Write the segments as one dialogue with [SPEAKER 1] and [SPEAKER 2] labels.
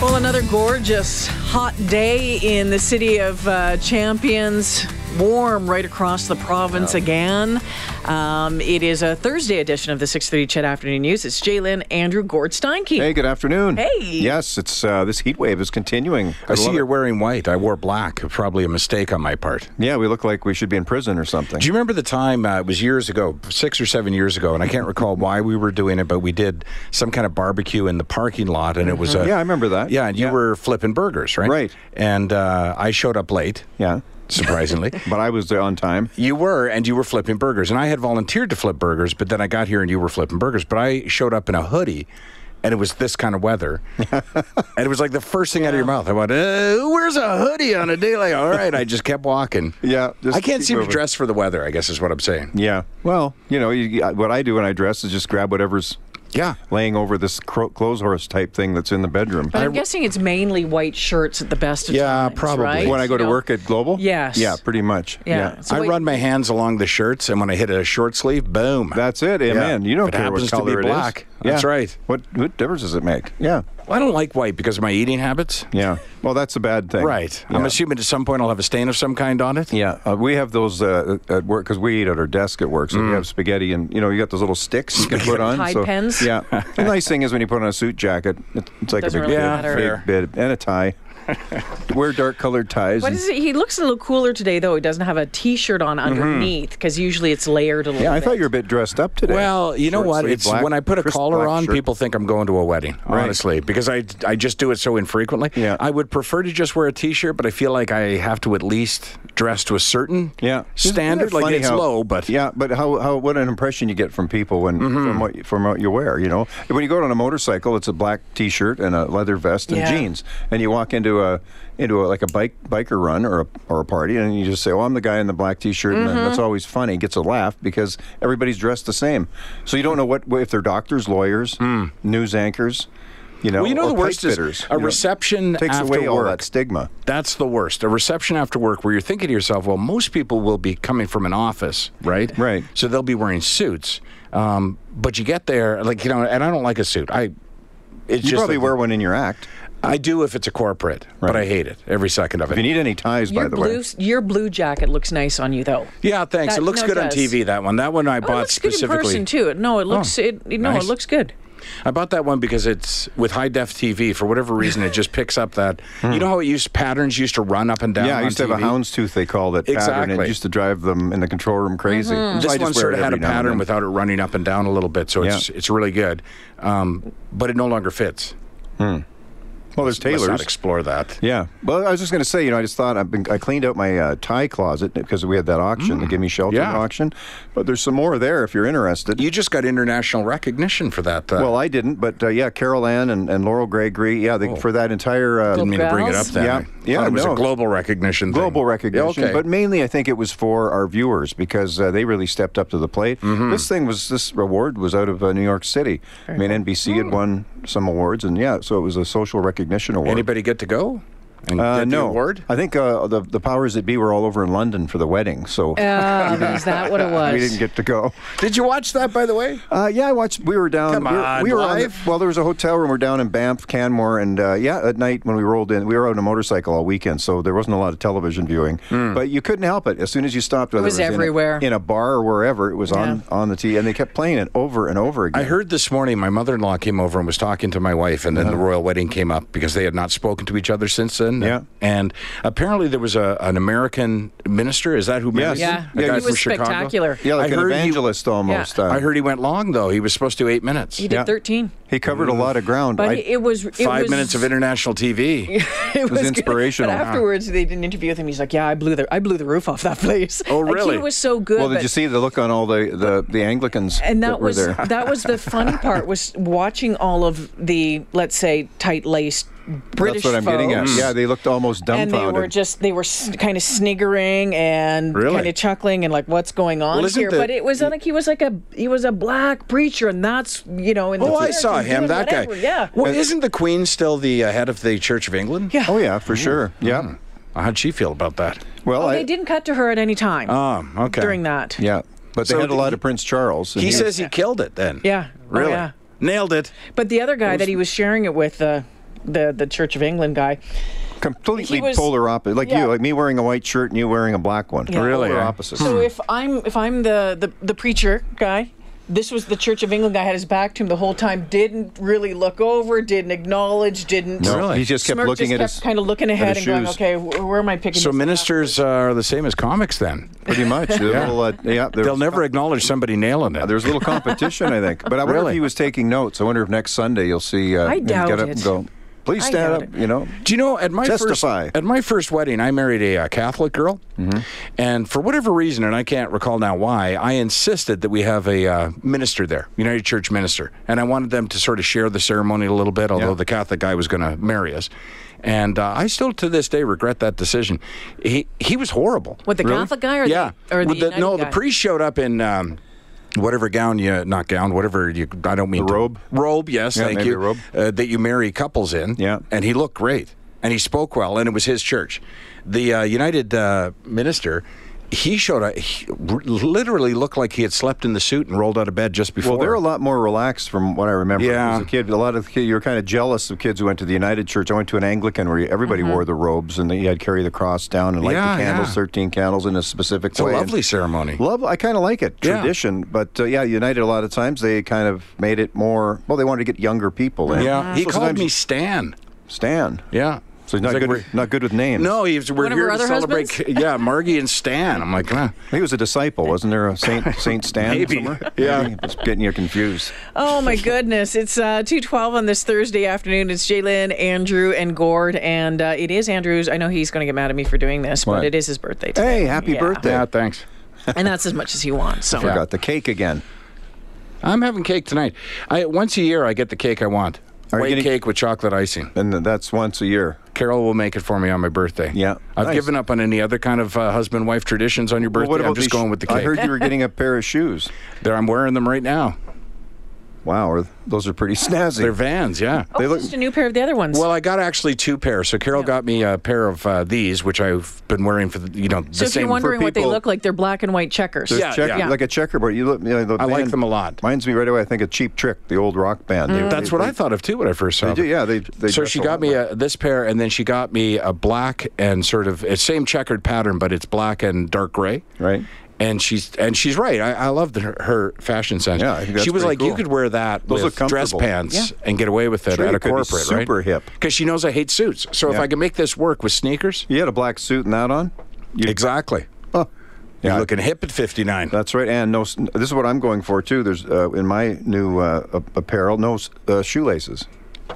[SPEAKER 1] Well, another gorgeous hot day in the city of uh, Champions. Warm right across the province again. Um, it is a Thursday edition of the 6:30 Chet Afternoon News. It's Jalen Andrew Gord Steinke.
[SPEAKER 2] Hey, good afternoon.
[SPEAKER 1] Hey.
[SPEAKER 2] Yes, it's uh, this heat wave is continuing.
[SPEAKER 3] I see
[SPEAKER 2] love
[SPEAKER 3] you're
[SPEAKER 2] it.
[SPEAKER 3] wearing white. I wore black. Probably a mistake on my part.
[SPEAKER 2] Yeah, we look like we should be in prison or something.
[SPEAKER 3] Do you remember the time? Uh, it was years ago, six or seven years ago, and I can't recall why we were doing it, but we did some kind of barbecue in the parking lot, and it was a
[SPEAKER 2] Mm-hmm. Yeah, I remember that.
[SPEAKER 3] Yeah, and you
[SPEAKER 2] Yeah.
[SPEAKER 3] were flipping burgers, right?
[SPEAKER 2] Right.
[SPEAKER 3] And uh, I showed up late.
[SPEAKER 2] yeah,
[SPEAKER 3] Surprisingly,
[SPEAKER 2] but I was there on time.
[SPEAKER 3] You were, and you were flipping burgers. And I had volunteered to flip burgers, but then I got here and you were flipping burgers. But I showed up in a hoodie, and it was this kind of weather. and it was like the first thing out of your mouth. I went, uh, Who wears a hoodie on a day like All right. I just kept walking.
[SPEAKER 2] Yeah, just
[SPEAKER 3] I can't
[SPEAKER 2] keep
[SPEAKER 3] seem
[SPEAKER 2] moving.
[SPEAKER 3] to dress for the weather, I guess is what I'm saying.
[SPEAKER 2] Yeah. Well, you know, you, I- what I do when I dress is just grab whatever's
[SPEAKER 3] Yeah.
[SPEAKER 2] laying over this cro- clothes horse type thing that's in the bedroom.
[SPEAKER 1] But I'm guessing it's mainly white shirts at the best of
[SPEAKER 3] Yeah,
[SPEAKER 1] times,
[SPEAKER 3] probably.
[SPEAKER 1] right?
[SPEAKER 2] when I go to
[SPEAKER 1] You know,
[SPEAKER 2] work at Global.
[SPEAKER 1] Yes.
[SPEAKER 2] Yeah, pretty much.
[SPEAKER 1] Yeah.
[SPEAKER 2] Yeah.
[SPEAKER 1] So
[SPEAKER 3] I
[SPEAKER 1] wait-
[SPEAKER 3] run my hands along the shirts, and when I hit a short sleeve, boom.
[SPEAKER 2] That's it. Amen. You don't
[SPEAKER 3] If it
[SPEAKER 2] care
[SPEAKER 3] happens
[SPEAKER 2] what
[SPEAKER 3] to be
[SPEAKER 2] color it is.
[SPEAKER 3] black, that's right.
[SPEAKER 2] What what difference does it make? Yeah.
[SPEAKER 3] I don't like white because of my eating habits.
[SPEAKER 2] Yeah. Well, that's a bad thing.
[SPEAKER 3] Right. I'm
[SPEAKER 2] Yeah.
[SPEAKER 3] assuming at some point I'll have a stain of some kind on it.
[SPEAKER 2] Yeah, uh, we have those uh, at work because we eat at our desk at work. So
[SPEAKER 3] Mm.
[SPEAKER 2] we have spaghetti, and you know, you got those little sticks you can put on.
[SPEAKER 1] Tide
[SPEAKER 2] so,
[SPEAKER 1] pens?
[SPEAKER 2] Yeah. the nice thing is when you put on a suit jacket, it, it's like
[SPEAKER 1] Doesn't
[SPEAKER 2] a big,
[SPEAKER 1] really
[SPEAKER 2] bib-
[SPEAKER 1] matter.
[SPEAKER 3] Yeah,
[SPEAKER 2] big bib and a tie. Wear dark colored ties.
[SPEAKER 1] What
[SPEAKER 2] and-
[SPEAKER 1] is it? He looks a little cooler today, though. He doesn't have a T-shirt on underneath because usually it's layered a little.
[SPEAKER 2] Mm-hmm. yeah, I
[SPEAKER 1] bit.
[SPEAKER 2] thought you were a bit dressed up today.
[SPEAKER 3] Well, you know
[SPEAKER 2] Short
[SPEAKER 3] what?
[SPEAKER 2] sleeve
[SPEAKER 3] It's
[SPEAKER 2] black-
[SPEAKER 3] when I put a
[SPEAKER 2] crisp
[SPEAKER 3] collar
[SPEAKER 2] black
[SPEAKER 3] on,
[SPEAKER 2] shirt.
[SPEAKER 3] people think I'm going to a wedding.
[SPEAKER 2] Right.
[SPEAKER 3] Honestly, because I I just do it so infrequently.
[SPEAKER 2] Yeah.
[SPEAKER 3] I would prefer to just wear a t-shirt, but I feel like I have to at least dress to a certain
[SPEAKER 2] Yeah, Isn't that
[SPEAKER 3] standard. Like
[SPEAKER 2] funny
[SPEAKER 3] it's
[SPEAKER 2] how-
[SPEAKER 3] low, but Mm-hmm.
[SPEAKER 2] yeah, but how, how what an impression you get from people when from what from what you wear. You know, when you go out on a motorcycle, it's a black T-shirt and a leather vest and
[SPEAKER 1] Yeah.
[SPEAKER 2] jeans, and you walk into a into a, like a bike biker run or a or a party, and you just say, "Well, I'm the guy in the black T-shirt,"
[SPEAKER 3] Mm-hmm.
[SPEAKER 2] and that's always funny. It gets a laugh because everybody's dressed the same, so you don't know what if they're doctors, lawyers, news anchors. You know,
[SPEAKER 3] Hmm. Well, you know
[SPEAKER 2] or
[SPEAKER 3] the
[SPEAKER 2] pipe
[SPEAKER 3] worst is
[SPEAKER 2] fitters,
[SPEAKER 3] a
[SPEAKER 2] you know.
[SPEAKER 3] reception
[SPEAKER 2] takes
[SPEAKER 3] after
[SPEAKER 2] away all
[SPEAKER 3] work.
[SPEAKER 2] that stigma.
[SPEAKER 3] That's the worst. A reception after work where you're thinking to yourself, well, most people will be coming from an office, right?
[SPEAKER 2] Right.
[SPEAKER 3] So they'll be wearing suits. Um, but you get there, like, you know, and I don't like a suit. I. It's
[SPEAKER 2] You
[SPEAKER 3] just
[SPEAKER 2] probably
[SPEAKER 3] that-
[SPEAKER 2] wear one in your act.
[SPEAKER 3] I do if it's a corporate, but
[SPEAKER 2] Right.
[SPEAKER 3] I hate it every second of it.
[SPEAKER 2] If you need any ties,
[SPEAKER 1] Your
[SPEAKER 2] by the
[SPEAKER 1] blue,
[SPEAKER 2] way,
[SPEAKER 1] your blue jacket looks nice on you, though.
[SPEAKER 3] Yeah, thanks.
[SPEAKER 1] That-
[SPEAKER 3] it looks
[SPEAKER 1] no, it
[SPEAKER 3] good on
[SPEAKER 1] does.
[SPEAKER 3] TV. That one. That one I
[SPEAKER 1] Oh, it
[SPEAKER 3] bought
[SPEAKER 1] looks good in
[SPEAKER 3] specifically.
[SPEAKER 1] person too. No, it
[SPEAKER 2] Oh.
[SPEAKER 1] looks it. it- No,
[SPEAKER 3] nice.
[SPEAKER 1] it looks good.
[SPEAKER 3] I bought that one because it's with high def TV. For whatever reason, it just picks up that. You know how it used patterns used to run up and down.
[SPEAKER 2] Hmm. Yeah, I
[SPEAKER 3] on
[SPEAKER 2] used to have a
[SPEAKER 3] TV?
[SPEAKER 2] houndstooth. They called it pattern. It
[SPEAKER 3] Exactly. Mm-hmm.
[SPEAKER 2] used to drive them in the control room crazy. So I
[SPEAKER 3] This
[SPEAKER 2] just
[SPEAKER 3] one
[SPEAKER 2] wear
[SPEAKER 3] sort
[SPEAKER 2] it
[SPEAKER 3] of had a
[SPEAKER 2] every now and
[SPEAKER 3] pattern
[SPEAKER 2] then.
[SPEAKER 3] without it running up and down a little bit, so it's it's really good, um, but it no longer fits.
[SPEAKER 2] Hmm. Well, there's
[SPEAKER 3] Let's
[SPEAKER 2] tailors.
[SPEAKER 3] not explore that.
[SPEAKER 2] yeah. Well, I was just going to say, you know, I just thought I've been, I cleaned out my uh, tie closet because we had that auction, the Gimme Shelter
[SPEAKER 3] Mm, Yeah.
[SPEAKER 2] auction. But there's some more there if you're interested.
[SPEAKER 3] You just got international recognition for that. Uh,
[SPEAKER 2] well, I didn't, but uh, yeah, Carol Ann and, and Laurel Gregory, yeah,
[SPEAKER 3] Oh.
[SPEAKER 2] they, for that entire uh,
[SPEAKER 3] didn't mean to bring it up.
[SPEAKER 1] Gals?
[SPEAKER 3] That
[SPEAKER 2] Yeah.
[SPEAKER 3] way.
[SPEAKER 2] Yeah,
[SPEAKER 3] Thought it was
[SPEAKER 2] no.
[SPEAKER 3] a global recognition. thing.
[SPEAKER 2] global recognition,
[SPEAKER 3] Okay.
[SPEAKER 2] but mainly I think it was for our viewers because uh, they really stepped up to the plate.
[SPEAKER 3] Mm-hmm.
[SPEAKER 2] This thing was this award was out of uh, New York City. I mean, NBC
[SPEAKER 3] Hmm.
[SPEAKER 2] had won some awards, and yeah, so it was a social recognition award.
[SPEAKER 3] anybody get to go? And
[SPEAKER 2] Uh,
[SPEAKER 3] get the
[SPEAKER 2] no,
[SPEAKER 3] award?
[SPEAKER 2] I think uh, the the powers that be were all over in London for the wedding, so
[SPEAKER 1] Um, is that what it was?
[SPEAKER 2] we didn't get to go.
[SPEAKER 3] Did you watch that, by the way?
[SPEAKER 2] Uh, yeah, I watched. We were down.
[SPEAKER 3] Come
[SPEAKER 2] we were,
[SPEAKER 3] on,
[SPEAKER 2] we were on the-
[SPEAKER 3] live?
[SPEAKER 2] well, there was a hotel room. We're down in Banff, Canmore, and uh, yeah, at night when we rolled in, we were out on a motorcycle all weekend, so there wasn't a lot of television viewing.
[SPEAKER 3] Hmm.
[SPEAKER 2] But you couldn't help it. As soon as you stopped, whether it
[SPEAKER 1] was
[SPEAKER 2] in a-
[SPEAKER 1] everywhere.
[SPEAKER 2] in a, bar or wherever, it was on on the T, and they kept playing it over and over again.
[SPEAKER 3] I heard this morning my mother in law came over and was talking to my wife, and then the royal wedding came up because they had not spoken to each other since then.
[SPEAKER 2] Yeah.
[SPEAKER 3] And apparently there was a, an American minister. Is that who married
[SPEAKER 2] Yes.
[SPEAKER 3] him?
[SPEAKER 1] Yeah,
[SPEAKER 3] A
[SPEAKER 2] Yeah,
[SPEAKER 3] guy
[SPEAKER 2] he
[SPEAKER 1] it
[SPEAKER 3] from
[SPEAKER 1] was
[SPEAKER 3] Chicago?
[SPEAKER 1] spectacular.
[SPEAKER 2] yeah, like
[SPEAKER 3] I
[SPEAKER 2] an
[SPEAKER 3] heard you-
[SPEAKER 2] evangelist almost. uh,
[SPEAKER 3] I heard he went long, though. He was supposed to eight minutes.
[SPEAKER 1] He did
[SPEAKER 2] Yeah.
[SPEAKER 1] 13,
[SPEAKER 2] he covered a lot of ground.
[SPEAKER 1] but
[SPEAKER 2] I-
[SPEAKER 1] it was it
[SPEAKER 3] Five
[SPEAKER 1] was,
[SPEAKER 3] minutes of international TV.
[SPEAKER 1] It
[SPEAKER 2] was
[SPEAKER 1] good.
[SPEAKER 2] inspirational.
[SPEAKER 1] But afterwards, they did an interview with him. He's like, "Yeah, I blew the I blew the roof off that place.
[SPEAKER 3] Oh,
[SPEAKER 1] Like,
[SPEAKER 3] really?
[SPEAKER 1] he was so good.
[SPEAKER 2] well,
[SPEAKER 1] but-
[SPEAKER 2] did you see the look on all the the, the Anglicans
[SPEAKER 1] and that,
[SPEAKER 2] that, were
[SPEAKER 1] was
[SPEAKER 2] there?
[SPEAKER 1] that was the funny part was watching all of the let's say tight laced British
[SPEAKER 2] That's what I'm getting at.
[SPEAKER 1] folks.
[SPEAKER 2] Yeah, they looked almost
[SPEAKER 1] and
[SPEAKER 2] dumbfounded.
[SPEAKER 1] they were just they were kind of sniggering and
[SPEAKER 3] Really?
[SPEAKER 1] kind of chuckling and like what's going on
[SPEAKER 3] Well, isn't
[SPEAKER 1] here
[SPEAKER 3] the-
[SPEAKER 1] but it was like he was like a he was a black preacher and that's you know in the
[SPEAKER 3] Oh, I
[SPEAKER 1] church
[SPEAKER 3] saw
[SPEAKER 1] and
[SPEAKER 3] him.
[SPEAKER 1] doing
[SPEAKER 3] That
[SPEAKER 1] whatever.
[SPEAKER 3] guy.
[SPEAKER 1] yeah
[SPEAKER 3] Well, isn't the Queen still the uh, head of the Church of England? Uh,
[SPEAKER 1] Yeah.
[SPEAKER 2] oh yeah, for
[SPEAKER 3] Hmm.
[SPEAKER 2] sure. Yeah.
[SPEAKER 3] How'd she feel about that?
[SPEAKER 2] Well,
[SPEAKER 1] Well, Oh,
[SPEAKER 2] I, Oh,
[SPEAKER 1] they didn't cut to her at any time
[SPEAKER 3] Um. Okay.
[SPEAKER 1] during that
[SPEAKER 2] Yeah, but they
[SPEAKER 3] So
[SPEAKER 2] had a
[SPEAKER 3] the-
[SPEAKER 2] lot of Prince Charles. and
[SPEAKER 3] He
[SPEAKER 2] was-
[SPEAKER 3] says he killed it then.
[SPEAKER 1] Yeah. Oh,
[SPEAKER 3] Really?
[SPEAKER 1] yeah.
[SPEAKER 3] Nailed it.
[SPEAKER 1] but the other guy that he was sharing it with the the the Church of England guy
[SPEAKER 2] completely
[SPEAKER 1] He was-
[SPEAKER 2] polar opposite, like
[SPEAKER 1] yeah.
[SPEAKER 2] you, like me wearing a white shirt and you wearing a black one.
[SPEAKER 1] Yeah. Really,
[SPEAKER 2] polar
[SPEAKER 3] eh?
[SPEAKER 2] opposite.
[SPEAKER 1] so if I'm if I'm the, the the preacher guy this was the Church of England guy had his back to him the whole time didn't really look over didn't acknowledge didn't
[SPEAKER 2] No,
[SPEAKER 3] Really?
[SPEAKER 2] He just kept
[SPEAKER 1] Smirk
[SPEAKER 2] looking
[SPEAKER 1] just
[SPEAKER 2] at
[SPEAKER 1] kept
[SPEAKER 2] his
[SPEAKER 1] kind of looking
[SPEAKER 2] at
[SPEAKER 1] ahead and
[SPEAKER 2] his
[SPEAKER 1] going,
[SPEAKER 2] shoes.
[SPEAKER 1] okay, wh- where am I picking?
[SPEAKER 3] So
[SPEAKER 1] this up?"
[SPEAKER 3] ministers uh, are the same as comics then.
[SPEAKER 2] pretty much. The little, uh, yeah, there
[SPEAKER 3] They'll
[SPEAKER 2] was-
[SPEAKER 3] never acknowledge somebody nailing it.
[SPEAKER 2] There was a little competition, I think. But I wonder
[SPEAKER 3] Really?
[SPEAKER 2] if he was taking notes. I wonder if next Sunday you'll see uh,
[SPEAKER 1] I
[SPEAKER 2] him
[SPEAKER 1] doubt
[SPEAKER 2] get up
[SPEAKER 1] it.
[SPEAKER 2] and go, please
[SPEAKER 1] I
[SPEAKER 2] stand
[SPEAKER 1] doubt
[SPEAKER 2] up,
[SPEAKER 1] it.
[SPEAKER 2] you know.
[SPEAKER 3] Do you know at my
[SPEAKER 2] Testify. Mm-hmm.
[SPEAKER 3] first at my first wedding, I married a, uh Catholic girl, and for whatever reason, and I can't recall now why, I insisted that we have a uh, minister there, United Church minister, and I wanted them to sort of share the ceremony a little bit, although
[SPEAKER 2] Yeah.
[SPEAKER 3] the Catholic guy was going to marry us, and uh, I still to this day regret that decision. He he was horrible.
[SPEAKER 1] What, the Catholic guy or the-
[SPEAKER 3] yeah,
[SPEAKER 1] or the
[SPEAKER 3] With
[SPEAKER 1] United
[SPEAKER 3] no
[SPEAKER 1] guy?
[SPEAKER 3] the priest showed up in. Um, Whatever gown you, not gown, whatever you, I don't mean
[SPEAKER 2] The
[SPEAKER 3] to-
[SPEAKER 2] robe?
[SPEAKER 3] robe. Yes,
[SPEAKER 2] Yeah,
[SPEAKER 3] thank
[SPEAKER 2] maybe
[SPEAKER 3] you.
[SPEAKER 2] a robe.
[SPEAKER 3] Uh, that you marry couples in.
[SPEAKER 2] Yeah.
[SPEAKER 3] And he looked great. And he spoke well. And it was his church. The uh, United uh, minister, he showed up, he r- literally looked like he had slept in the suit and rolled out of bed just before.
[SPEAKER 2] Well, they're a lot more relaxed from what I remember
[SPEAKER 3] Yeah.
[SPEAKER 2] as a kid. A lot of the kid, you were kind of jealous of kids who went to the United Church. I went to an Anglican where everybody
[SPEAKER 1] Mm-hmm.
[SPEAKER 2] wore the robes and they had carry the cross down and light
[SPEAKER 3] Yeah,
[SPEAKER 2] the candles,
[SPEAKER 3] yeah.
[SPEAKER 2] 13 candles in a specific
[SPEAKER 3] It's a
[SPEAKER 2] way. And
[SPEAKER 3] lovely ceremony.
[SPEAKER 2] Love, I kind of like it,
[SPEAKER 3] Yeah.
[SPEAKER 2] tradition. But uh, yeah, United a lot of times they kind of made it more. Well, they wanted to get younger people in.
[SPEAKER 3] yeah. He
[SPEAKER 2] So
[SPEAKER 3] called
[SPEAKER 2] sometimes
[SPEAKER 3] me
[SPEAKER 2] you-
[SPEAKER 3] Stan.
[SPEAKER 2] Stan.
[SPEAKER 3] Yeah.
[SPEAKER 2] So he's not
[SPEAKER 3] like
[SPEAKER 2] good.
[SPEAKER 3] we're-
[SPEAKER 2] not good with names.
[SPEAKER 3] No, he was, we're
[SPEAKER 1] One of her
[SPEAKER 3] here to
[SPEAKER 1] other
[SPEAKER 3] celebrate.
[SPEAKER 1] husbands?
[SPEAKER 3] Yeah, Margie and Stan. I'm like, huh.
[SPEAKER 2] he was a disciple, wasn't there? A Saint Saint Stan
[SPEAKER 3] Maybe.
[SPEAKER 2] somewhere?
[SPEAKER 3] Yeah.
[SPEAKER 2] Maybe. Just getting you confused.
[SPEAKER 1] Oh my goodness! It's uh, two twelve on this Thursday afternoon. It's Jalen, Andrew, and Gord, and uh, it is Andrew's. I know he's going to get mad at me for doing this, but
[SPEAKER 2] What?
[SPEAKER 1] it is his birthday today.
[SPEAKER 2] Hey, happy
[SPEAKER 1] Yeah.
[SPEAKER 2] birthday!
[SPEAKER 3] Yeah, thanks.
[SPEAKER 1] and that's as much as he wants. So
[SPEAKER 2] Forgot the cake again.
[SPEAKER 3] I'm having cake tonight. I Once a year, I get the cake I want.
[SPEAKER 2] Are you
[SPEAKER 3] White
[SPEAKER 2] getting-
[SPEAKER 3] cake with chocolate icing.
[SPEAKER 2] And that's once a year.
[SPEAKER 3] Carol will make it for me on my birthday.
[SPEAKER 2] Yeah.
[SPEAKER 3] I've
[SPEAKER 2] Nice.
[SPEAKER 3] given up on any other kind of uh, husband wife traditions on your birthday. I'm just
[SPEAKER 2] these-
[SPEAKER 3] going with the cake.
[SPEAKER 2] I heard you were getting a pair of shoes.
[SPEAKER 3] There, I'm wearing them right now.
[SPEAKER 2] Wow, are, those are pretty snazzy.
[SPEAKER 3] They're Vans, yeah.
[SPEAKER 1] oh,
[SPEAKER 2] They look-
[SPEAKER 1] just a new pair of the other ones.
[SPEAKER 3] Well, I got actually two pairs. So Carol got me a pair of uh, these, which I've been wearing for the, you know the
[SPEAKER 1] so if
[SPEAKER 3] same.
[SPEAKER 1] you're wondering what they
[SPEAKER 2] people-
[SPEAKER 1] look like, they're black and white checkers.
[SPEAKER 2] There's
[SPEAKER 3] Yeah,
[SPEAKER 2] checker-
[SPEAKER 3] yeah.
[SPEAKER 2] like a checkerboard. You look. You know, the
[SPEAKER 3] I like
[SPEAKER 2] band
[SPEAKER 3] them a lot.
[SPEAKER 2] Reminds me right away. I think of Cheap Trick, the old rock band. They-
[SPEAKER 3] That's
[SPEAKER 2] they-
[SPEAKER 3] what I thought of too when I first saw
[SPEAKER 2] They do.
[SPEAKER 3] them.
[SPEAKER 2] Yeah, they. they
[SPEAKER 3] so
[SPEAKER 2] dress
[SPEAKER 3] she
[SPEAKER 2] a
[SPEAKER 3] got
[SPEAKER 2] lot
[SPEAKER 3] me
[SPEAKER 2] like-
[SPEAKER 3] a, this pair, and then she got me a black and sort of it's same checkered pattern, but it's black and dark gray.
[SPEAKER 2] Right.
[SPEAKER 3] And she's and she's right. I, I loved her, her fashion sense.
[SPEAKER 2] Yeah, I think that's
[SPEAKER 3] she was
[SPEAKER 2] pretty
[SPEAKER 3] like, you
[SPEAKER 2] cool.
[SPEAKER 3] could wear that
[SPEAKER 2] Those
[SPEAKER 3] with
[SPEAKER 2] look
[SPEAKER 3] dress
[SPEAKER 2] comfortable.
[SPEAKER 3] pants and get away with it
[SPEAKER 2] Sure,
[SPEAKER 3] at
[SPEAKER 2] you
[SPEAKER 3] a
[SPEAKER 2] could be
[SPEAKER 3] corporate, right?
[SPEAKER 2] super hip.
[SPEAKER 3] Because she knows I hate suits. So if
[SPEAKER 2] Yeah.
[SPEAKER 3] I can make this work with sneakers,
[SPEAKER 2] You had a black suit and that on. You,
[SPEAKER 3] exactly.
[SPEAKER 2] Huh.
[SPEAKER 3] You're
[SPEAKER 2] Yeah,
[SPEAKER 3] looking hip at 59.
[SPEAKER 2] That's right, and no. s- This is what I'm going for too. There's uh, in my new uh, a- apparel, no s- uh, shoelaces.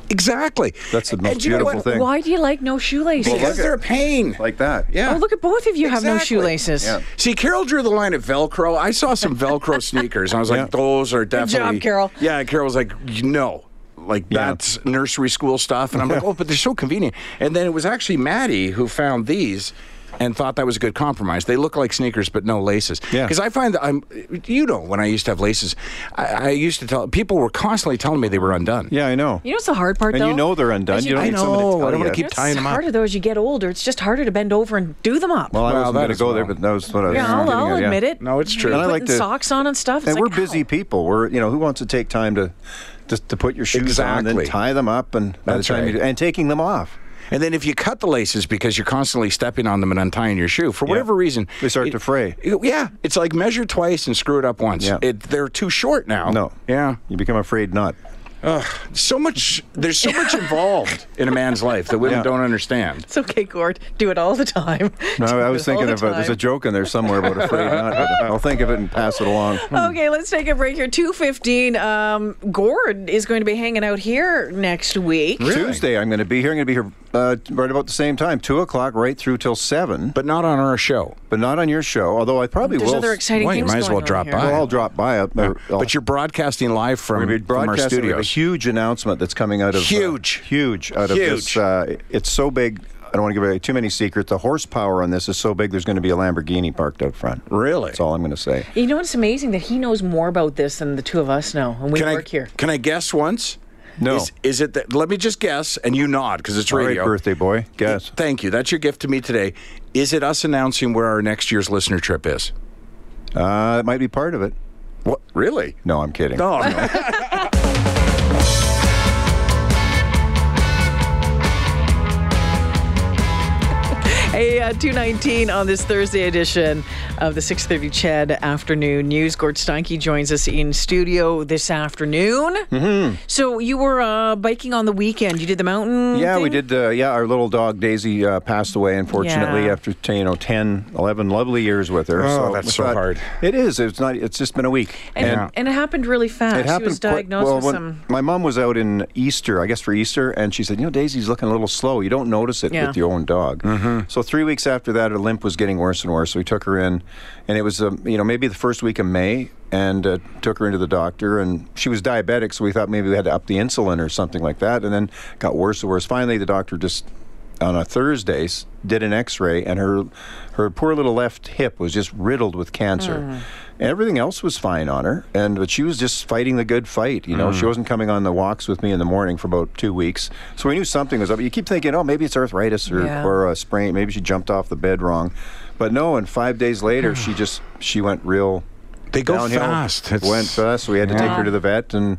[SPEAKER 3] exactly.
[SPEAKER 2] That's the
[SPEAKER 3] And
[SPEAKER 2] most
[SPEAKER 3] you know
[SPEAKER 2] beautiful
[SPEAKER 3] what?
[SPEAKER 2] thing.
[SPEAKER 1] Why do you like no shoelaces?
[SPEAKER 3] Because they're a pain.
[SPEAKER 2] Like that.
[SPEAKER 3] yeah.
[SPEAKER 1] oh, look at both of you have no
[SPEAKER 3] Exactly.
[SPEAKER 1] shoelaces.
[SPEAKER 2] Yeah.
[SPEAKER 3] See, Carol drew the line at Velcro. I saw some Velcro sneakers. and I was like, those are
[SPEAKER 1] job,
[SPEAKER 3] definitely.
[SPEAKER 1] Carol.
[SPEAKER 3] Yeah, Carol was like, no. Like
[SPEAKER 2] Yeah.
[SPEAKER 3] that's nursery school stuff, and I'm like, oh, but they're so convenient. And then it was actually Maddie who found these, and thought that was a good compromise. They look like sneakers, but no laces.
[SPEAKER 2] Yeah.
[SPEAKER 3] Because I find that I'm, you know, when I used to have laces, I, I used to tell people were constantly telling me they were undone.
[SPEAKER 2] Yeah, I know.
[SPEAKER 1] You know what's the hard part
[SPEAKER 2] and
[SPEAKER 1] though?
[SPEAKER 2] you know they're undone.
[SPEAKER 1] As
[SPEAKER 2] You,
[SPEAKER 1] you-
[SPEAKER 2] don't
[SPEAKER 1] I
[SPEAKER 2] need someone to
[SPEAKER 3] know,
[SPEAKER 2] tell
[SPEAKER 3] I don't
[SPEAKER 2] you.
[SPEAKER 3] wanna keep
[SPEAKER 1] It's
[SPEAKER 3] tying 'em up.
[SPEAKER 1] harder though as you get older. It's just harder to bend over and do them up.
[SPEAKER 2] Well, I
[SPEAKER 3] Well,
[SPEAKER 2] wasn't
[SPEAKER 3] that
[SPEAKER 2] going to
[SPEAKER 3] as
[SPEAKER 2] go there,
[SPEAKER 3] well.
[SPEAKER 2] but that was what I was
[SPEAKER 1] yeah, I'll,
[SPEAKER 2] getting
[SPEAKER 1] I'll
[SPEAKER 2] at, yeah.
[SPEAKER 1] admit it.
[SPEAKER 3] No, it's true.
[SPEAKER 1] You're
[SPEAKER 3] And I
[SPEAKER 1] Putting
[SPEAKER 2] like to-
[SPEAKER 1] socks on and stuff. It's
[SPEAKER 2] And
[SPEAKER 1] like, oh.
[SPEAKER 2] we're
[SPEAKER 1] ow.
[SPEAKER 2] busy people. We're you know who wants to take time to just to put your shoes on
[SPEAKER 3] Exactly.
[SPEAKER 2] and tie them up and by
[SPEAKER 3] That's
[SPEAKER 2] the time
[SPEAKER 3] right.
[SPEAKER 2] you do, and taking them off.
[SPEAKER 3] And then if you cut the laces because you're constantly stepping on them and untying your shoe for whatever reason,
[SPEAKER 2] They start
[SPEAKER 3] it-
[SPEAKER 2] to fray.
[SPEAKER 3] it- yeah, it's like measure twice and screw it up once.
[SPEAKER 2] Yeah.
[SPEAKER 3] It, they're too short now.
[SPEAKER 2] No.
[SPEAKER 3] Oh, Yeah.
[SPEAKER 2] You become afraid not.
[SPEAKER 3] So much. There's so much involved in a man's life that women
[SPEAKER 2] Yeah.
[SPEAKER 3] don't understand.
[SPEAKER 1] It's okay, Gord. Do it all the time.
[SPEAKER 2] No,
[SPEAKER 1] Do
[SPEAKER 2] I
[SPEAKER 1] it
[SPEAKER 2] was
[SPEAKER 1] all
[SPEAKER 2] thinking
[SPEAKER 1] the
[SPEAKER 2] of a, there's a
[SPEAKER 1] time.
[SPEAKER 2] joke in there somewhere about afraid not. But I'll think of it and pass it along.
[SPEAKER 1] Okay, let's take a break here. Two fifteen. Um, Gord is going to be hanging out here next week.
[SPEAKER 2] Tuesday, I'm going to be here. I'm going to be here uh, right about the same time, two o'clock, right through till seven. But
[SPEAKER 3] But not on our show.
[SPEAKER 2] but not on your show. Although I probably
[SPEAKER 1] There's
[SPEAKER 2] will.
[SPEAKER 1] other exciting
[SPEAKER 3] Well, you
[SPEAKER 1] things
[SPEAKER 3] might as
[SPEAKER 1] going
[SPEAKER 3] well
[SPEAKER 1] on
[SPEAKER 3] drop
[SPEAKER 1] here.
[SPEAKER 3] by.
[SPEAKER 2] well, I'll drop by. uh, uh,
[SPEAKER 3] But you're broadcasting live
[SPEAKER 2] We're
[SPEAKER 3] from,
[SPEAKER 2] gonna be
[SPEAKER 3] from our
[SPEAKER 2] broadcasting. We have a
[SPEAKER 3] studios.
[SPEAKER 2] huge announcement that's coming out of uh,
[SPEAKER 3] Huge.
[SPEAKER 2] huge out of this.
[SPEAKER 3] Huge.
[SPEAKER 2] Uh, it's so big. I don't want to give away too many secrets. The horsepower on this is so big. There's going to be a Lamborghini parked out front.
[SPEAKER 3] Really?
[SPEAKER 2] That's all I'm going to say.
[SPEAKER 1] You know, it's amazing that he knows more about this than the two of us know, and we
[SPEAKER 3] can
[SPEAKER 1] work
[SPEAKER 3] I,
[SPEAKER 1] here.
[SPEAKER 3] Can I guess once?
[SPEAKER 2] No.
[SPEAKER 3] Is, is it that? Let me just guess, and you nod because it's
[SPEAKER 2] All right,
[SPEAKER 3] radio.
[SPEAKER 2] birthday boy. Guess.
[SPEAKER 3] Thank you. That's your gift to me today. Is it us announcing where our next year's listener trip is?
[SPEAKER 2] Uh, it might be part of it.
[SPEAKER 3] What? Really?
[SPEAKER 2] No, I'm kidding.
[SPEAKER 3] No. no.
[SPEAKER 1] Hey, uh, 219 on this Thursday edition of the 6.30 Chad Afternoon News. Gord Steinke joins us in studio this afternoon. Mm-hmm. So you were uh, biking on the weekend. You did the mountain
[SPEAKER 2] Yeah, we
[SPEAKER 1] thing?
[SPEAKER 2] did. Uh, yeah, our little dog Daisy uh, passed away, unfortunately,
[SPEAKER 1] Yeah.
[SPEAKER 2] after t- you know 10, 11 lovely years with her.
[SPEAKER 3] Oh,
[SPEAKER 2] so
[SPEAKER 3] that's
[SPEAKER 2] we
[SPEAKER 3] so
[SPEAKER 2] thought-
[SPEAKER 3] hard.
[SPEAKER 2] It is. It's not. It's just been a week.
[SPEAKER 1] And, and it happened really fast.
[SPEAKER 2] It happened.
[SPEAKER 1] she was
[SPEAKER 2] quite-
[SPEAKER 1] diagnosed
[SPEAKER 2] well,
[SPEAKER 1] with
[SPEAKER 2] when-
[SPEAKER 1] some...
[SPEAKER 2] My mom was out in Easter, I guess for Easter, and she said, "You know, Daisy's looking a little slow. You don't notice it
[SPEAKER 1] Yeah.
[SPEAKER 2] with your own dog." So three weeks after that, her limp was getting worse and worse. So we took her in, and it was um, you know maybe the first week of May, and uh, took her into the doctor, and she was diabetic, so we thought maybe we had to up the insulin or something like that, and then it got worse and worse. Finally, the doctor just on a Thursday s- did an X-ray, and her her poor little left hip was just riddled with cancer. Everything else was fine on her, and but she was just fighting the good fight. You know, she wasn't coming on the walks with me in the morning for about two weeks, so we knew something was up. You keep thinking, oh, maybe it's arthritis or
[SPEAKER 1] Yeah.
[SPEAKER 2] or a sprain. Maybe she jumped off the bed wrong, but no. And five days later, she just she went real.
[SPEAKER 3] They go
[SPEAKER 2] downhill,
[SPEAKER 3] fast. It's-
[SPEAKER 2] Went fast. We had to take her to the vet and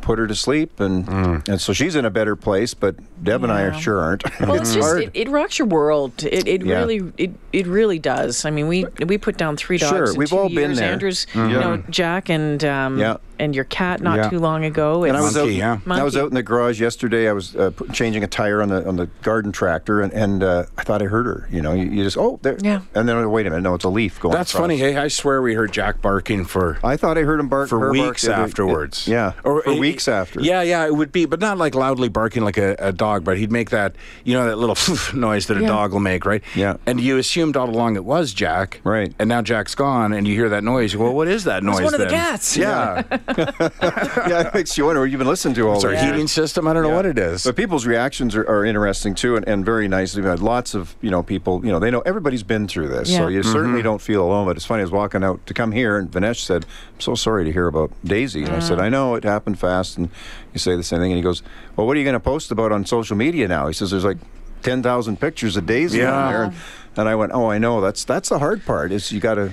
[SPEAKER 2] put her to sleep, and
[SPEAKER 3] Mm.
[SPEAKER 2] and so she's in a better place. But Deb and I are
[SPEAKER 1] Yeah.
[SPEAKER 2] sure aren't.
[SPEAKER 1] Well, it's just
[SPEAKER 2] hard.
[SPEAKER 1] it, it rocks your world. It, it
[SPEAKER 2] Yeah.
[SPEAKER 1] really it, it really does. I mean, we we put down three dogs.
[SPEAKER 2] Sure,
[SPEAKER 1] in
[SPEAKER 2] we've
[SPEAKER 1] two
[SPEAKER 2] all been
[SPEAKER 1] years.
[SPEAKER 2] there. Mm-hmm.
[SPEAKER 1] Andrew's, you know, Jack and um,
[SPEAKER 2] Yeah.
[SPEAKER 1] and your cat not
[SPEAKER 3] Yeah.
[SPEAKER 1] too long ago.
[SPEAKER 2] And I
[SPEAKER 1] It's-
[SPEAKER 2] was
[SPEAKER 3] Monkey,
[SPEAKER 2] out.
[SPEAKER 1] yeah.
[SPEAKER 2] I was
[SPEAKER 1] Monkey.
[SPEAKER 2] out in the garage yesterday. I was uh, pu- changing a tire on the on the garden tractor, and, and uh, I thought I heard her. You know, you, you just oh there.
[SPEAKER 1] Yeah.
[SPEAKER 2] And then wait a minute, no, it's a leaf going.
[SPEAKER 3] That's
[SPEAKER 2] across.
[SPEAKER 3] funny. Hey, I swear we heard Jack barking for
[SPEAKER 2] I thought I heard him bark
[SPEAKER 3] for
[SPEAKER 2] her bark
[SPEAKER 3] weeks
[SPEAKER 2] the other-
[SPEAKER 3] afterwards.
[SPEAKER 2] yeah, or for
[SPEAKER 3] it-
[SPEAKER 2] weeks after.
[SPEAKER 3] Yeah, yeah, it would be, but not like loudly barking like a, a dog. But he'd make that, you know, that little noise that a
[SPEAKER 1] Yeah.
[SPEAKER 3] dog will make, right?
[SPEAKER 2] Yeah.
[SPEAKER 3] And you assumed all along it was Jack,
[SPEAKER 2] Right.
[SPEAKER 3] And now Jack's gone, and you hear that noise. Well, what is that noise?
[SPEAKER 1] one of the
[SPEAKER 3] then?
[SPEAKER 1] cats.
[SPEAKER 3] Yeah.
[SPEAKER 2] yeah, it makes you wonder what you've been listening to all
[SPEAKER 3] it's our
[SPEAKER 2] those years.
[SPEAKER 3] heating system. I don't know what it is.
[SPEAKER 2] But people's reactions are, are interesting too, and, and very nice. We've had lots of you know people. You know they know everybody's been through this, so
[SPEAKER 1] Yeah.
[SPEAKER 3] Mm-hmm.
[SPEAKER 2] you certainly don't feel alone. But it's funny, I was walking out to come here, and Vinesh said, "I'm so sorry to hear about Daisy." And I said, "I know it happened fast." And you say the same thing, and he goes, "Well, what are you going to post about on social media now?" He says, "There's like." 10,000 pictures of Daisy
[SPEAKER 3] Yeah.
[SPEAKER 2] on there. And, and I went, "Oh, I know. That's that's the hard part. Is you got to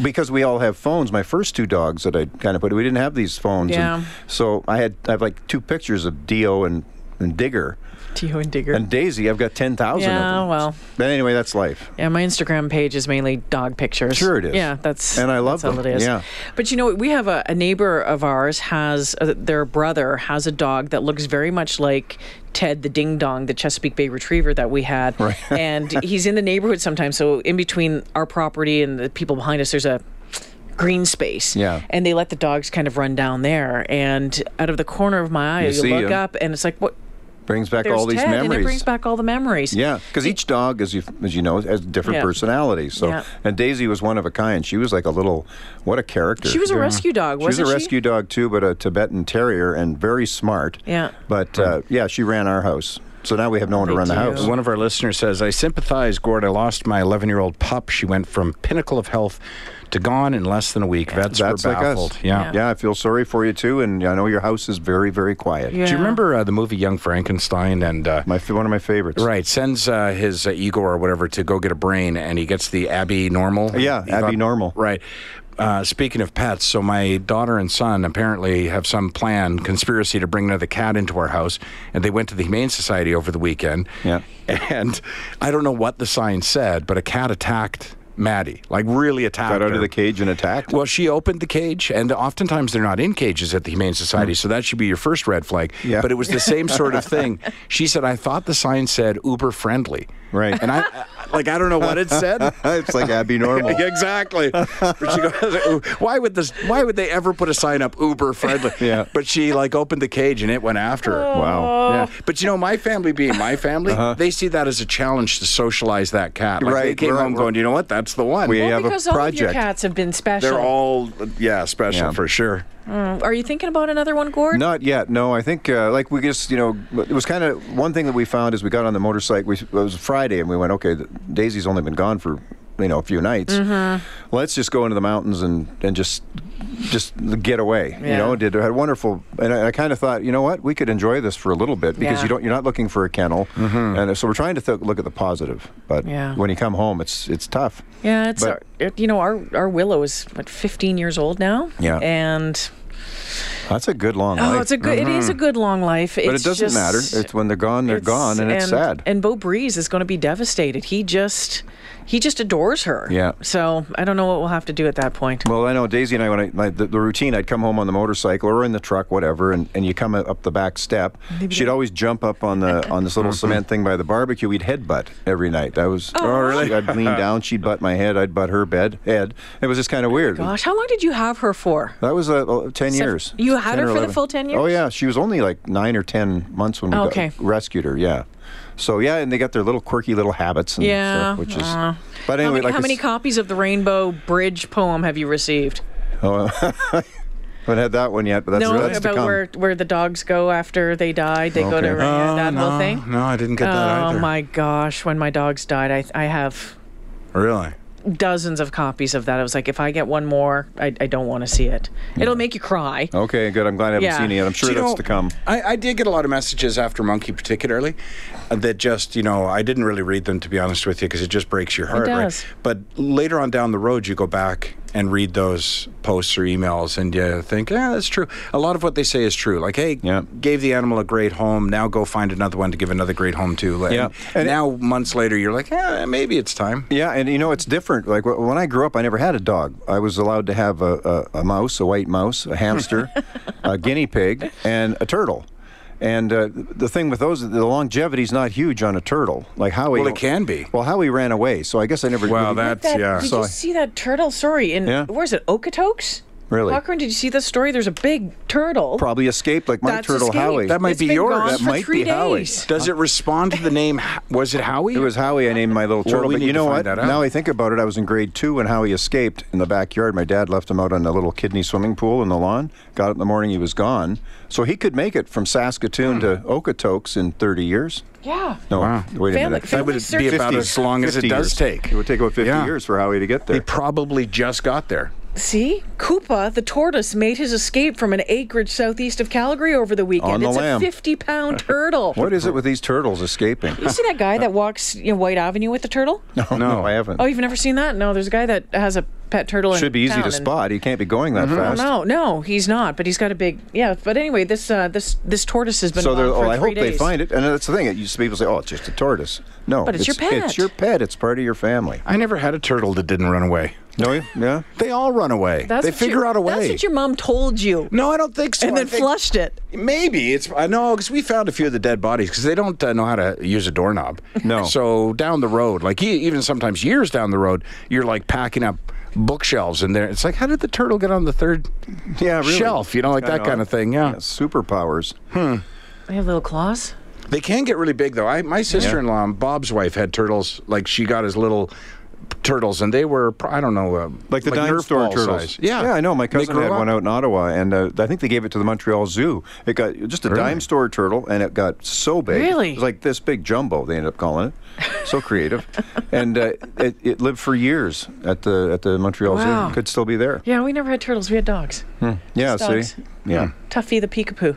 [SPEAKER 2] because we all have phones. My first two dogs that I kind of put, we didn't have these phones.
[SPEAKER 1] Yeah.
[SPEAKER 2] And so I had I have like two pictures of Dio and, and Digger
[SPEAKER 1] Tio and Digger.
[SPEAKER 2] and Daisy. I've got ten thousand.
[SPEAKER 1] Yeah,
[SPEAKER 2] of them.
[SPEAKER 1] well.
[SPEAKER 2] But anyway, that's life.
[SPEAKER 1] Yeah, my Instagram page is mainly dog pictures.
[SPEAKER 2] Sure it is.
[SPEAKER 1] Yeah, that's
[SPEAKER 2] And I love
[SPEAKER 1] that's all
[SPEAKER 2] them,
[SPEAKER 1] it is.
[SPEAKER 2] yeah.
[SPEAKER 1] But you know, we have a, a neighbor of ours has uh, their brother has a dog that looks very much like Ted the Ding Dong, the Chesapeake Bay Retriever that we had, right. and he's in the neighborhood sometimes. So in between our property and the people behind us, there's a green space.
[SPEAKER 2] Yeah.
[SPEAKER 1] and they let the dogs kind of run down there, and out of the corner of my eye,
[SPEAKER 2] You
[SPEAKER 1] you,
[SPEAKER 2] see
[SPEAKER 1] look
[SPEAKER 2] him.
[SPEAKER 1] up, and it's like what.
[SPEAKER 2] Brings back
[SPEAKER 1] There's
[SPEAKER 2] all these
[SPEAKER 1] Ted,
[SPEAKER 2] memories.
[SPEAKER 1] and it brings back all the memories.
[SPEAKER 2] Yeah, because each dog, as you as you know, has different
[SPEAKER 1] Yeah.
[SPEAKER 2] personalities. So,
[SPEAKER 1] Yeah.
[SPEAKER 2] and Daisy was one of a kind. She was like a little, what a character.
[SPEAKER 1] She was a rescue dog,
[SPEAKER 2] She was a
[SPEAKER 1] wasn't she?
[SPEAKER 2] rescue dog too, but a Tibetan Terrier and very smart.
[SPEAKER 1] Yeah.
[SPEAKER 2] But uh, yeah, she ran our house. So now we have no one to
[SPEAKER 1] They
[SPEAKER 2] run the
[SPEAKER 1] do.
[SPEAKER 2] house.
[SPEAKER 3] One of our listeners says, I sympathize, Gord. I lost my 11 year old pup. She went from pinnacle of health to gone in less than a week. Vets
[SPEAKER 2] That's
[SPEAKER 3] were
[SPEAKER 2] like us.
[SPEAKER 3] baffled. Yeah.
[SPEAKER 1] Yeah.
[SPEAKER 2] Yeah, I feel sorry for you too, and I know your house is very, very quiet.
[SPEAKER 1] Yeah.
[SPEAKER 3] Do you remember uh, the movie Young Frankenstein? And uh,
[SPEAKER 2] My one of my favorites.
[SPEAKER 3] right, sends uh, his uh, Igor or whatever to go get a brain, and he gets the Abby normal.
[SPEAKER 2] Yeah,
[SPEAKER 3] He
[SPEAKER 2] Abby Normal.
[SPEAKER 3] Right. Uh, speaking of pets, so my daughter and son apparently have some plan, conspiracy to bring another cat into our house, and they went to the Humane Society over the weekend.
[SPEAKER 2] Yeah.
[SPEAKER 3] And I don't know what the sign said, but a cat attacked Maddie, like really attacked
[SPEAKER 2] Got out
[SPEAKER 3] her.
[SPEAKER 2] of the cage and attacked.
[SPEAKER 3] Well, she opened the cage, and oftentimes they're not in cages at the Humane Society, so that should be your first red flag.
[SPEAKER 2] Yeah.
[SPEAKER 3] But it was the same sort of thing. She said, "I thought the sign said uber friendly."
[SPEAKER 2] Right.
[SPEAKER 3] And I, I- like, I don't know what it said.
[SPEAKER 2] it's like Abby Normal.
[SPEAKER 3] exactly. But she goes, "Why would this? Why would they ever put a sign up uber friendly?"
[SPEAKER 2] Yeah. Oh.
[SPEAKER 3] But she like opened the cage, and it went after her.
[SPEAKER 2] Wow.
[SPEAKER 3] Yeah. But you know, my family being my family, they see that as a challenge to socialize that cat. Like, They
[SPEAKER 2] Right,
[SPEAKER 3] came
[SPEAKER 2] right,
[SPEAKER 3] home
[SPEAKER 2] Uh-huh. right.
[SPEAKER 3] going, you know what? That That's the one.
[SPEAKER 2] We have a
[SPEAKER 1] because all of your
[SPEAKER 2] project.
[SPEAKER 1] cats have been special. Mm,
[SPEAKER 3] They're all yeah special
[SPEAKER 2] Yeah.
[SPEAKER 3] for sure.
[SPEAKER 1] Are you thinking about another one, Gord?
[SPEAKER 2] Not yet. No, I think uh, like we just you know it was kind of one thing that we found is we got on the motorcycle. We, it was Friday and we went okay. Daisy's only been gone for you know a few nights.
[SPEAKER 1] Mm-hmm.
[SPEAKER 2] Let's just go into the mountains and and just just get away. You
[SPEAKER 1] Yeah.
[SPEAKER 2] know, did had wonderful. And I, I kind of thought you know what we could enjoy this for a little bit because
[SPEAKER 1] Yeah.
[SPEAKER 2] you don't you're not looking for a kennel. And uh, so we're trying to th- look at the positive. But
[SPEAKER 1] Yeah.
[SPEAKER 2] when you come home, it's it's tough.
[SPEAKER 1] Yeah, it's
[SPEAKER 2] But-
[SPEAKER 1] our, it, you know our our Willow is what 15 years old now.
[SPEAKER 2] Yeah.
[SPEAKER 1] and
[SPEAKER 2] That's a good long
[SPEAKER 1] oh,
[SPEAKER 2] life.
[SPEAKER 1] it's a good. it is a good long life.
[SPEAKER 2] mm-hmm. but
[SPEAKER 1] It's
[SPEAKER 2] it doesn't
[SPEAKER 1] just-
[SPEAKER 2] matter. It's when they're gone, they're
[SPEAKER 1] it's-
[SPEAKER 2] gone, and it's sad.
[SPEAKER 1] And Bo Breeze is going to be devastated. He just he just adores her.
[SPEAKER 2] Yeah.
[SPEAKER 1] So I don't know what we'll have to do at that point.
[SPEAKER 2] Well, I know Daisy and I, when I my, the, the routine, I'd come home on the motorcycle or in the truck, whatever, and, and you come up the back step. She'd always jump up on the on this little cement thing by the barbecue. We'd headbutt every night. That was oh, really? I'd lean down, she'd butt my head, I'd butt her bed head. It was just kind of weird.
[SPEAKER 1] Gosh, how long did you have her for?
[SPEAKER 2] That was uh, uh, ten
[SPEAKER 1] So
[SPEAKER 2] years.
[SPEAKER 1] you had
[SPEAKER 2] 10
[SPEAKER 1] her
[SPEAKER 2] or
[SPEAKER 1] for the
[SPEAKER 2] 11.
[SPEAKER 1] full 10
[SPEAKER 2] Oh
[SPEAKER 1] years? Oh,
[SPEAKER 2] yeah, she was only like nine or ten months when we
[SPEAKER 1] Okay.
[SPEAKER 2] got, rescued her. Yeah. So yeah, and they got their little quirky little habits. And
[SPEAKER 1] Yeah.
[SPEAKER 2] stuff, which is.
[SPEAKER 1] aw.
[SPEAKER 2] But anyway,
[SPEAKER 1] how many,
[SPEAKER 2] like
[SPEAKER 1] how
[SPEAKER 2] I
[SPEAKER 1] many
[SPEAKER 2] s-
[SPEAKER 1] copies of the Rainbow Bridge poem have you received?
[SPEAKER 2] Oh, haven't had that one yet, but that's,
[SPEAKER 1] no,
[SPEAKER 2] that's to
[SPEAKER 1] about
[SPEAKER 2] come.
[SPEAKER 1] where where the dogs go after they died. They go to
[SPEAKER 2] Okay.
[SPEAKER 1] yeah, that
[SPEAKER 3] Oh, no,
[SPEAKER 1] whole thing.
[SPEAKER 3] no, I didn't get that
[SPEAKER 1] Oh
[SPEAKER 3] either.
[SPEAKER 1] my gosh! When my dogs died, I I have
[SPEAKER 3] Really?
[SPEAKER 1] dozens of copies of that. I was like, if I get one more, I, I don't want to see it. It'll make you cry.
[SPEAKER 2] Okay, good. I'm glad I haven't
[SPEAKER 1] Yeah.
[SPEAKER 2] seen it yet. I'm sure
[SPEAKER 3] Do you
[SPEAKER 2] that's
[SPEAKER 3] know,
[SPEAKER 2] to come.
[SPEAKER 3] I, I did get a lot of messages after Monkey, particularly, uh, that just you know I didn't really read them to be honest with you because it just breaks your heart.
[SPEAKER 1] does.
[SPEAKER 3] Right? But later on down the road, you go back and read those posts or emails, and you think, yeah, that's true. A lot of what they say is true. Like, hey,
[SPEAKER 2] Yeah.
[SPEAKER 3] gave the animal a great home. Now go find another one to give another great home to. Like,
[SPEAKER 2] Yeah.
[SPEAKER 3] And now months later, you're like, yeah, maybe it's time.
[SPEAKER 2] Yeah, and you know it's different. Like wh- when I grew up, I never had a dog. I was allowed to have a, a, a mouse, a white mouse, a hamster, a guinea pig, and a turtle. And uh, the thing with those, the longevity's not huge on a turtle. Like Howie.
[SPEAKER 3] Well, it can be.
[SPEAKER 2] Well, Howie ran away, so I guess I never.
[SPEAKER 3] Well,
[SPEAKER 2] really-
[SPEAKER 3] that's
[SPEAKER 1] That-
[SPEAKER 3] yeah.
[SPEAKER 1] Did
[SPEAKER 2] So
[SPEAKER 1] you
[SPEAKER 2] I-
[SPEAKER 1] see that turtle? Sorry, in
[SPEAKER 2] Yeah.
[SPEAKER 1] where's it? Okotoks?
[SPEAKER 2] Really?
[SPEAKER 1] Cochran, did you see the story? There's a big turtle.
[SPEAKER 2] probably escaped like my
[SPEAKER 1] That's
[SPEAKER 2] turtle
[SPEAKER 1] escaped.
[SPEAKER 2] Howie.
[SPEAKER 3] That might
[SPEAKER 1] It's
[SPEAKER 3] be
[SPEAKER 1] been
[SPEAKER 3] yours.
[SPEAKER 1] gone
[SPEAKER 2] That
[SPEAKER 1] for
[SPEAKER 2] might
[SPEAKER 1] three
[SPEAKER 2] be Howie.
[SPEAKER 1] days.
[SPEAKER 3] Does it respond to the name? Ho- Was it Howie?
[SPEAKER 2] It was Howie I named my little
[SPEAKER 3] Well,
[SPEAKER 2] turtle.
[SPEAKER 3] we
[SPEAKER 2] but
[SPEAKER 3] need
[SPEAKER 2] you
[SPEAKER 3] to
[SPEAKER 2] know
[SPEAKER 3] find
[SPEAKER 2] what?
[SPEAKER 3] that out.
[SPEAKER 2] Now I think about it, I was in grade two when Howie escaped in the backyard. My dad left him out on a little kidney swimming pool in the lawn. Got up in the morning, he was gone. So he could make it from Saskatoon to Okotoks in 30 years.
[SPEAKER 1] Yeah.
[SPEAKER 2] No,
[SPEAKER 3] Hmm. Wow.
[SPEAKER 2] wait a
[SPEAKER 1] Family-
[SPEAKER 2] minute.
[SPEAKER 3] that
[SPEAKER 1] family
[SPEAKER 3] would be
[SPEAKER 1] search-
[SPEAKER 3] about
[SPEAKER 1] 50,
[SPEAKER 3] as long as it
[SPEAKER 2] 50
[SPEAKER 3] does
[SPEAKER 2] years.
[SPEAKER 3] take.
[SPEAKER 2] It would take about 50
[SPEAKER 3] Yeah.
[SPEAKER 2] years for Howie to get
[SPEAKER 3] They
[SPEAKER 2] there.
[SPEAKER 3] probably just got there.
[SPEAKER 1] See, Koopa, the tortoise, made his escape from an acreage southeast of Calgary over the weekend.
[SPEAKER 2] On the
[SPEAKER 1] it's
[SPEAKER 2] lamb.
[SPEAKER 1] a 50 pound turtle.
[SPEAKER 2] What is it with these turtles escaping?
[SPEAKER 1] You see that guy that walks you know, White Avenue with the turtle?
[SPEAKER 2] No, I haven't.
[SPEAKER 1] Oh, you've never seen that? No, there's a guy that has a pet turtle. in
[SPEAKER 2] Should be easy
[SPEAKER 1] town
[SPEAKER 2] to
[SPEAKER 1] and-
[SPEAKER 2] spot. He can't be going
[SPEAKER 3] Mm-hmm.
[SPEAKER 2] that
[SPEAKER 1] Oh,
[SPEAKER 2] fast.
[SPEAKER 1] no, no, he's not. But he's got a big yeah. But anyway, this uh, this this tortoise has been.
[SPEAKER 2] So
[SPEAKER 1] gone
[SPEAKER 2] they're,
[SPEAKER 1] for
[SPEAKER 2] oh, I
[SPEAKER 1] three
[SPEAKER 2] hope
[SPEAKER 1] days.
[SPEAKER 2] they find it. And that's the thing. It used to people say, "Oh, it's just a tortoise." No,
[SPEAKER 1] But it's your pet.
[SPEAKER 2] It's your pet. It's part of your family.
[SPEAKER 3] I never had a turtle that didn't run away.
[SPEAKER 2] No, you- Oh, yeah.
[SPEAKER 3] They all run away. they
[SPEAKER 1] what your-
[SPEAKER 3] figure out a way.
[SPEAKER 1] That's what your mom told you,
[SPEAKER 3] no, I don't think so.
[SPEAKER 1] and
[SPEAKER 3] I
[SPEAKER 1] then
[SPEAKER 3] think-
[SPEAKER 1] flushed it.
[SPEAKER 3] Maybe it's I know because we found a few of the dead bodies because they don't uh, know how to use a doorknob.
[SPEAKER 2] No.
[SPEAKER 3] So down the road, like e- even sometimes years down the road, you're like packing up bookshelves in there. It's like how did the turtle get on the third
[SPEAKER 2] yeah, really.
[SPEAKER 3] shelf? You know, like
[SPEAKER 2] Kinda
[SPEAKER 3] that kind of
[SPEAKER 2] odd.
[SPEAKER 3] thing. Yeah.
[SPEAKER 2] Superpowers.
[SPEAKER 1] They have little claws.
[SPEAKER 3] They can get really big though. I my sister-in-law, Bob's wife, had turtles. Like she got his little turtles, and they were pro- I don't know, uh,
[SPEAKER 2] Like the dinosaur
[SPEAKER 3] Nerf ball
[SPEAKER 2] turtles.
[SPEAKER 3] size. Yeah,
[SPEAKER 2] yeah, I know. My
[SPEAKER 3] They
[SPEAKER 2] cousin
[SPEAKER 3] grew
[SPEAKER 2] had
[SPEAKER 3] up.
[SPEAKER 2] one out in Ottawa, and uh, I think they gave it to the Montreal Zoo. It got just a dime store turtle, and it got so big,
[SPEAKER 1] Really?
[SPEAKER 2] it was like this big jumbo. They ended up calling it. So creative, and uh, it, it lived for years at the at the Montreal
[SPEAKER 1] Wow.
[SPEAKER 2] Zoo. Could still be there.
[SPEAKER 1] Yeah, we never had turtles. We had dogs.
[SPEAKER 2] Yeah,
[SPEAKER 1] It's dogs.
[SPEAKER 2] see, yeah.
[SPEAKER 3] Hmm.
[SPEAKER 1] Tuffy the peekapoo,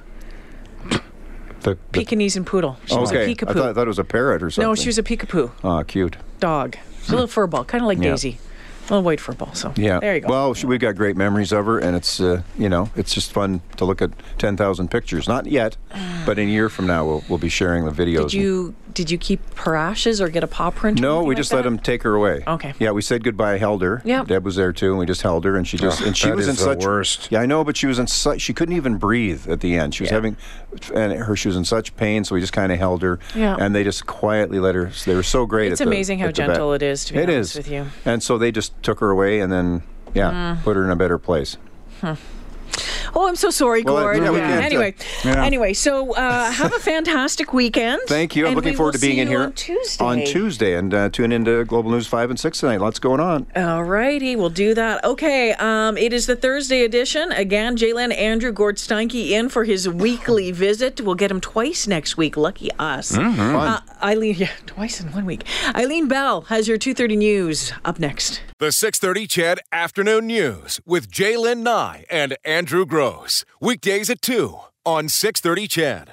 [SPEAKER 2] The, the,
[SPEAKER 1] Pekingese and poodle. She was
[SPEAKER 2] okay,
[SPEAKER 1] a
[SPEAKER 2] I
[SPEAKER 1] peekapoo.
[SPEAKER 2] thought, I thought it was a parrot or something.
[SPEAKER 1] no, she was a peekapoo
[SPEAKER 2] Ah, cute.
[SPEAKER 1] dog. She's a little fur ball, kind of like
[SPEAKER 2] Yeah.
[SPEAKER 1] Daisy, a little white fur ball. So
[SPEAKER 2] Yeah.
[SPEAKER 1] there you go.
[SPEAKER 2] Well, she, we've got great memories of her, and it's uh, you know it's just fun to look at ten thousand pictures. Not yet, but in a year from now we'll we'll be sharing the videos.
[SPEAKER 1] did you did you keep her ashes or get a paw print? or
[SPEAKER 2] No,
[SPEAKER 1] anything
[SPEAKER 2] we
[SPEAKER 1] like
[SPEAKER 2] just
[SPEAKER 1] that?
[SPEAKER 2] let him take her away.
[SPEAKER 1] Okay.
[SPEAKER 2] Yeah, we said goodbye, held her.
[SPEAKER 1] Yep.
[SPEAKER 2] Deb was there too, and we just held her, and she just
[SPEAKER 3] Ugh,
[SPEAKER 2] and she
[SPEAKER 3] that
[SPEAKER 2] was
[SPEAKER 3] is
[SPEAKER 2] in
[SPEAKER 3] the
[SPEAKER 2] such
[SPEAKER 3] worst.
[SPEAKER 2] Yeah, I know, but she was in such she couldn't even breathe at the end. She was having, and her she was in such pain, so we just kind of held her.
[SPEAKER 1] Yeah.
[SPEAKER 2] And they just quietly let her. They were so great.
[SPEAKER 1] It's
[SPEAKER 2] at the-
[SPEAKER 1] amazing how
[SPEAKER 2] at the vet.
[SPEAKER 1] gentle it is, to be
[SPEAKER 2] It
[SPEAKER 1] honest
[SPEAKER 2] is.
[SPEAKER 1] with you. Mm.
[SPEAKER 2] And so they just took her away, and then yeah, put her in a better place.
[SPEAKER 1] Oh, I'm so sorry,
[SPEAKER 2] Well,
[SPEAKER 1] Gord.
[SPEAKER 2] yeah, we
[SPEAKER 1] Yeah.
[SPEAKER 2] can't, uh,
[SPEAKER 1] Anyway,
[SPEAKER 3] yeah.
[SPEAKER 1] anyway. So uh, have a fantastic weekend.
[SPEAKER 2] Thank you. I'm
[SPEAKER 1] and
[SPEAKER 2] looking
[SPEAKER 1] we
[SPEAKER 2] forward
[SPEAKER 1] will
[SPEAKER 2] to being
[SPEAKER 1] see
[SPEAKER 2] in
[SPEAKER 1] you
[SPEAKER 2] here
[SPEAKER 1] on Tuesday.
[SPEAKER 2] on Tuesday and uh, tune into Global News 5 and 6 tonight. Lots going on.
[SPEAKER 1] All righty, we'll do that. Okay, um, it is the Thursday edition. Again, Jalen Andrew Gord Steinke in for his weekly visit. We'll get him twice next week. Lucky us.
[SPEAKER 2] Mm-hmm.
[SPEAKER 1] Uh, Eileen, yeah, twice in one week. Eileen Bell has your 2.30 news up next.
[SPEAKER 4] The 630 Chad Afternoon News with Jaylen Nye and Andrew Gross. Weekdays at 2 on 630 Chad.